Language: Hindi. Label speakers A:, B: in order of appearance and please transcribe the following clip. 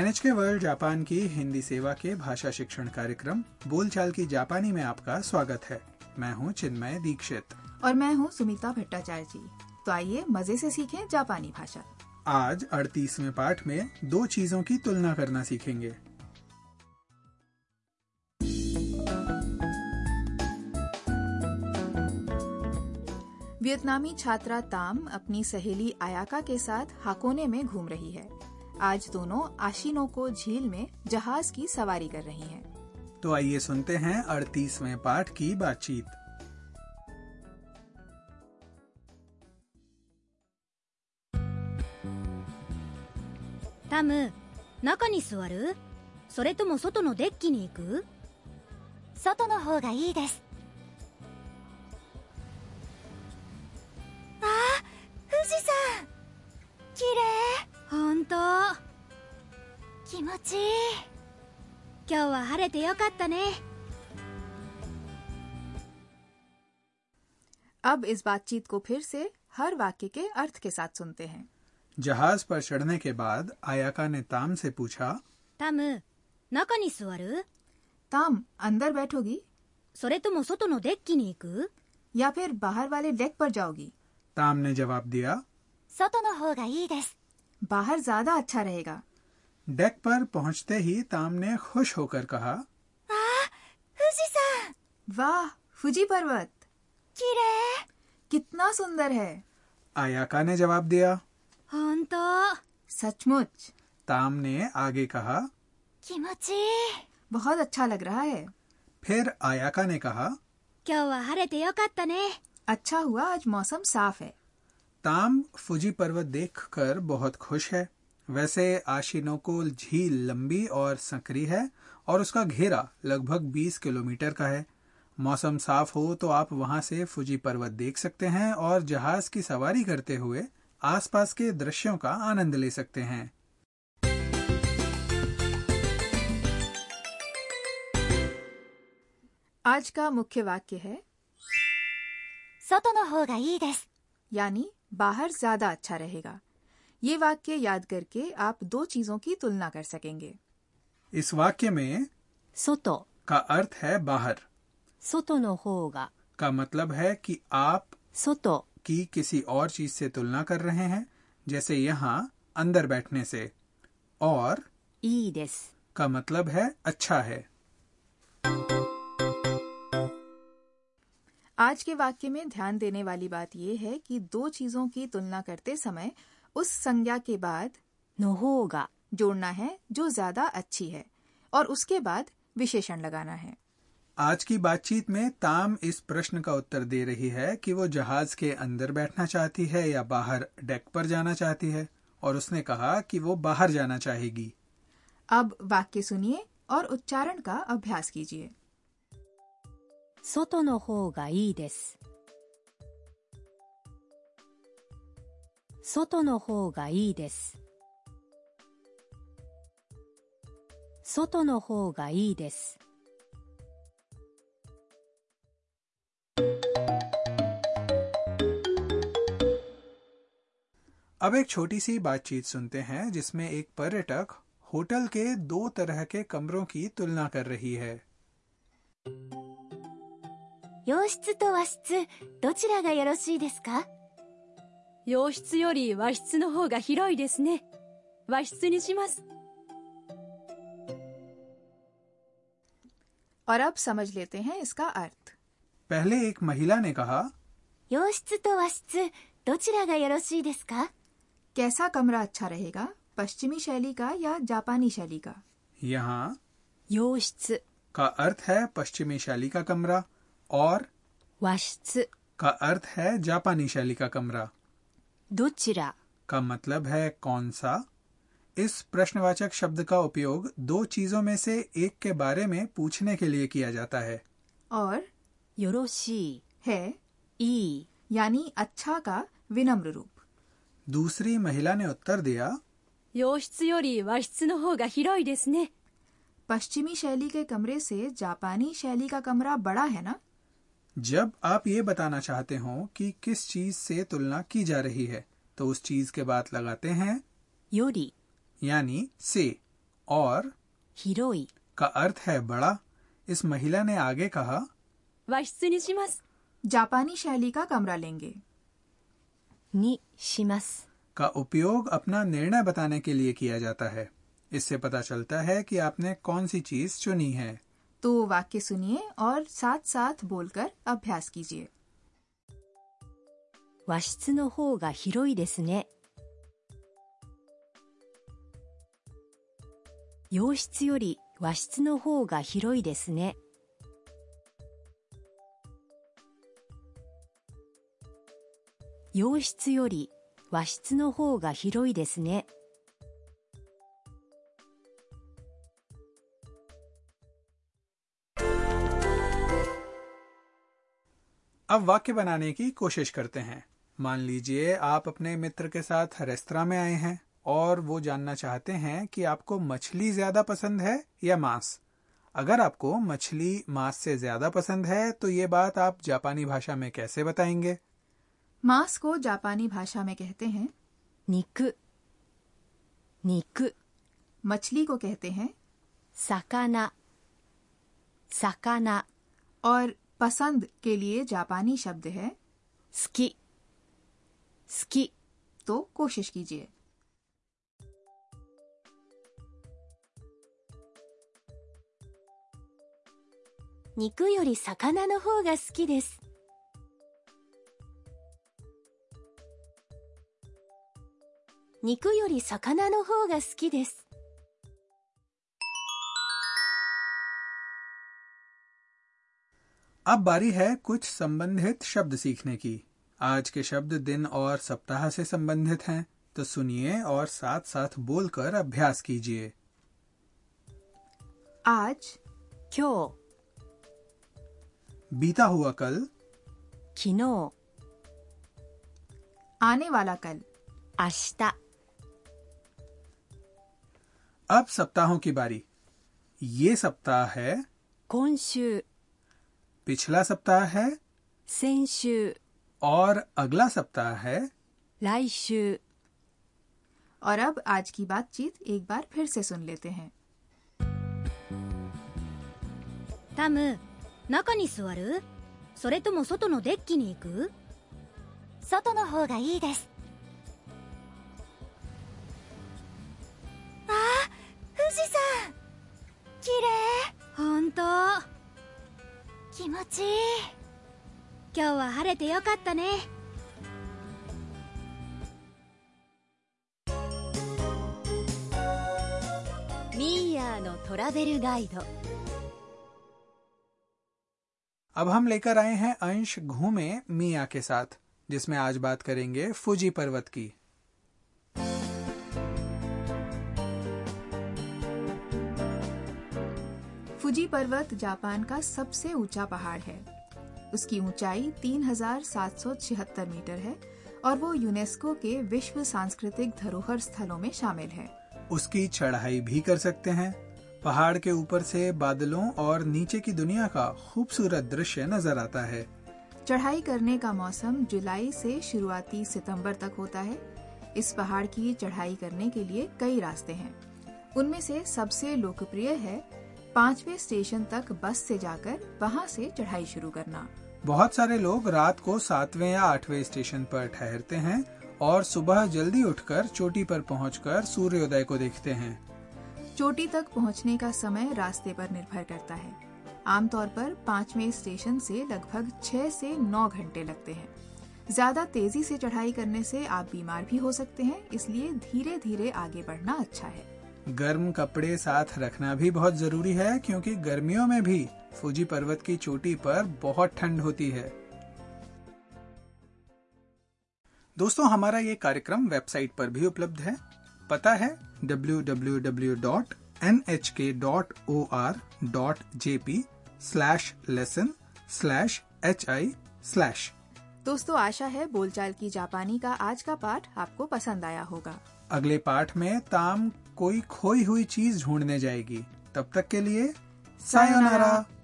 A: NHK वर्ल्ड जापान की हिंदी सेवा के भाषा शिक्षण कार्यक्रम बोलचाल की जापानी में आपका स्वागत है मैं हूं चिन्मय दीक्षित
B: और मैं हूँ सुमिता भट्टाचार्य जी तो आइए मजे से सीखें जापानी भाषा
A: आज 38वें पाठ में दो चीजों की तुलना करना सीखेंगे
B: वियतनामी छात्रा ताम अपनी सहेली आयाका के साथ हाकोने में घूम रही है आज दोनों आशिनो को झील में जहाज की सवारी कर रही हैं।
A: तो आइए सुनते हैं 38वें पाठ की बातचीत
C: タム中に座るそれとも外のデッキに行く外の方がいいですあ富士山綺麗本当気持ちいい今日は晴れてよかったね
B: अब इस बातचीत को फिर से हर वाक्य के अर्थ के साथ सुनते हैं
A: जहाज पर चढ़ने के बाद आयाका ने ताम से पूछा
C: タム中に座る
B: ताम अंदर बैठोगी
C: それとも外のデッキに行く
B: या फिर बाहर वाले डेक पर जाओगी
A: ताम ने जवाब दिया
C: 外の方がいいです
B: बाहर ज्यादा अच्छा रहेगा
A: डेक पर पहुंचते ही ताम ने खुश होकर कहा
C: 富士山
B: वाह फुजी पर्वत
C: 綺麗
B: कितना सुंदर है
A: आयाका ने जवाब दिया
C: 本当
B: सचमुच
A: ताम ने आगे कहा
C: 気持ちいい
B: बहुत अच्छा लग रहा है
A: फिर आयाका ने कहा
C: 今日は晴れてよかったね
B: अच्छा हुआ आज मौसम साफ है
A: ताम फुजी पर्वत देखकर बहुत खुश है वैसे आशिनोको झील लंबी और संकरी है और उसका घेरा लगभग 20 किलोमीटर का है मौसम साफ हो तो आप वहां से फुजी पर्वत देख सकते हैं और जहाज की सवारी करते हुए आसपास के दृश्यों का आनंद ले सकते हैं
B: आज का मुख्य वाक्य है
C: 外の方がいいです
B: यानी बाहर ज्यादा अच्छा रहेगा ये वाक्य याद करके आप दो चीजों की तुलना कर सकेंगे
A: इस वाक्य में
C: 外
A: का अर्थ है बाहर
C: 外の方が
A: का मतलब है कि आप
C: 外
A: की किसी और चीज से तुलना कर रहे हैं जैसे यहाँ अंदर बैठने से और
C: いいです
A: का मतलब है अच्छा है
B: आज के वाक्य में ध्यान देने वाली बात यह है कि दो चीजों की तुलना करते समय उस संज्ञा के बाद
C: の方が
B: जोड़ना है जो ज्यादा अच्छी है और उसके बाद विशेषण लगाना है
A: आज की बातचीत में ताम इस प्रश्न का उत्तर दे रही है कि वो जहाज के अंदर बैठना चाहती है या बाहर डेक पर जाना चाहती है और उसने कहा कि वो बाहर जाना चाहेगी
B: अब वाक्य सुनिए और उच्चारण का अभ्यास कीजिए
C: 外の方がいいです外の方がいいです外の方がいいです。
A: अब एक छोटी सी बातचीत सुनते हैं जिसमें एक पर्यटक होटल के दो तरह के कमरों की तुलना कर रही है
C: 洋室と和室、どちらがよろしいですか洋室より和室の方が広いですね。和室にします。
B: और अब समझ लेते हैं इसका अर्थ
A: पहले एक महिला ने कहा
C: 洋室と和室、どちらがよろしいですか
B: कैसा कमरा अच्छा रहेगा पश्चिमी शैली का या जापानी शैली का
A: यहाँ
C: 洋室、
A: का अर्थ है पश्चिमी शैली का कमरा और
C: 和室、
A: का अर्थ है जापानी शैली का कमरा
C: どちら
A: का मतलब है कौन सा इस प्रश्नवाचक शब्द का उपयोग दो चीजों में से एक के बारे में पूछने के लिए किया जाता है
B: और
C: よろし
B: है
C: い、いい。
B: यानी अच्छा का विनम्र रूप
A: दूसरी महिला ने उत्तर दिया
C: 洋室より和室の方が広いですね。
B: पश्चिमी शैली के कमरे से जापानी शैली का कमरा बड़ा है ना
A: जब आप ये बताना चाहते हो कि किस चीज से तुलना की जा रही है तो उस चीज के बाद लगाते हैं
C: より
A: यानी से और
C: 広い
A: का अर्थ है बड़ा इस महिला ने आगे कहा
C: 和室にします
B: जापानी शैली का कमरा लेंगे
C: にします
A: का उपयोग अपना निर्णय बताने के लिए किया जाता है इससे पता चलता है कि आपने कौन सी चीज चुनी है
B: तो वाक्य सुनिए और साथ साथ बोलकर अभ्यास कीजिए
C: 和室の方が広いですね洋室より和室の方が広いですね洋室より和室の方が広いですね
A: अब वाक्य बनाने की कोशिश करते हैं मान लीजिए आप अपने मित्र के साथ रेस्तरा में आए हैं और वो जानना चाहते हैं कि आपको मछली ज्यादा पसंद है या मांस अगर आपको मछली मांस से ज्यादा पसंद है तो ये बात आप जापानी भाषा में कैसे बताएंगे
B: मांस को जापानी भाषा में कहते हैं
C: 肉肉
B: मछली को कहते हैं
C: 魚魚
B: और पसंद के लिए जापानी शब्द है
C: 好き好き
B: तो कोशिश कीजिए
C: 肉より魚の方が好きです肉より魚の方が好きで
B: で
C: す
B: す。
A: अब बारी है कुछ संबंधित शब्द सीखने की आज के शब्द दिन और सप्ताह से संबंधित हैं तो सुनिए और साथ साथ बोलकर अभ्यास कीजिए
B: आज
C: 今
A: बीता हुआ कल
C: 日昨日明
B: आने वाला कल
C: 日
A: अब सप्ताहों की बारी ये सप्ताह है
C: 今週
A: पिछला सप्ताह है
C: 先週
A: और अगला सप्ताह है
C: 来週
B: और अब आज की बातचीत एक बार फिर से सुन लेते हैं
D: タム中に座るそれとも外のデッキに行く
C: 外の方がいいです
D: 富士山綺麗本当
C: 気持ちいい
D: 今日は晴れてよかったね
C: ミーヤーのトラベルガイド
A: अब हम लेकर आए हैं अंश घूमे मिया के साथ जिसमें आज बात करेंगे फुजी पर्वत की
B: फुजी पर्वत जापान का सबसे ऊंचा पहाड़ है उसकी ऊंचाई 3,776 मीटर है और वो यूनेस्को के विश्व सांस्कृतिक धरोहर स्थलों में शामिल है
A: उसकी चढ़ाई भी कर सकते हैं पहाड़ के ऊपर से बादलों और नीचे की दुनिया का खूबसूरत दृश्य नजर आता है
B: चढ़ाई करने का मौसम जुलाई से शुरुआती सितंबर तक होता है इस पहाड़ की चढ़ाई करने के लिए कई रास्ते हैं उनमें से सबसे लोकप्रिय है पांचवें स्टेशन तक बस से जाकर वहां से चढ़ाई शुरू करना
A: बहुत सारे लोग रात को सातवें या आठवें स्टेशन पर ठहरते हैं और सुबह जल्दी उठकर चोटी पर पहुंचकर सूर्योदय को देखते हैं
B: चोटी तक पहुंचने का समय रास्ते पर निर्भर करता है आमतौर पर पांचवें स्टेशन से लगभग छह से नौ घंटे लगते हैं ज्यादा तेजी से चढ़ाई करने से आप बीमार भी हो सकते हैं इसलिए धीरे धीरे आगे बढ़ना अच्छा है
A: गर्म कपड़े साथ रखना भी बहुत जरूरी है क्योंकि गर्मियों में भी फूजी पर्वत की चोटी पर बहुत ठंड होती है दोस्तों हमारा ये कार्यक्रम वेबसाइट पर भी उपलब्ध है पता है www.nhk.or.jp/lesson/hi/slash
B: दोस्तों आशा है बोलचाल की जापानी का आज का पाठ आपको पसंद आया होगा
A: अगले पाठ में ताम कोई खोई हुई चीज ढूंढने जाएगी तब तक के लिए सायोनारा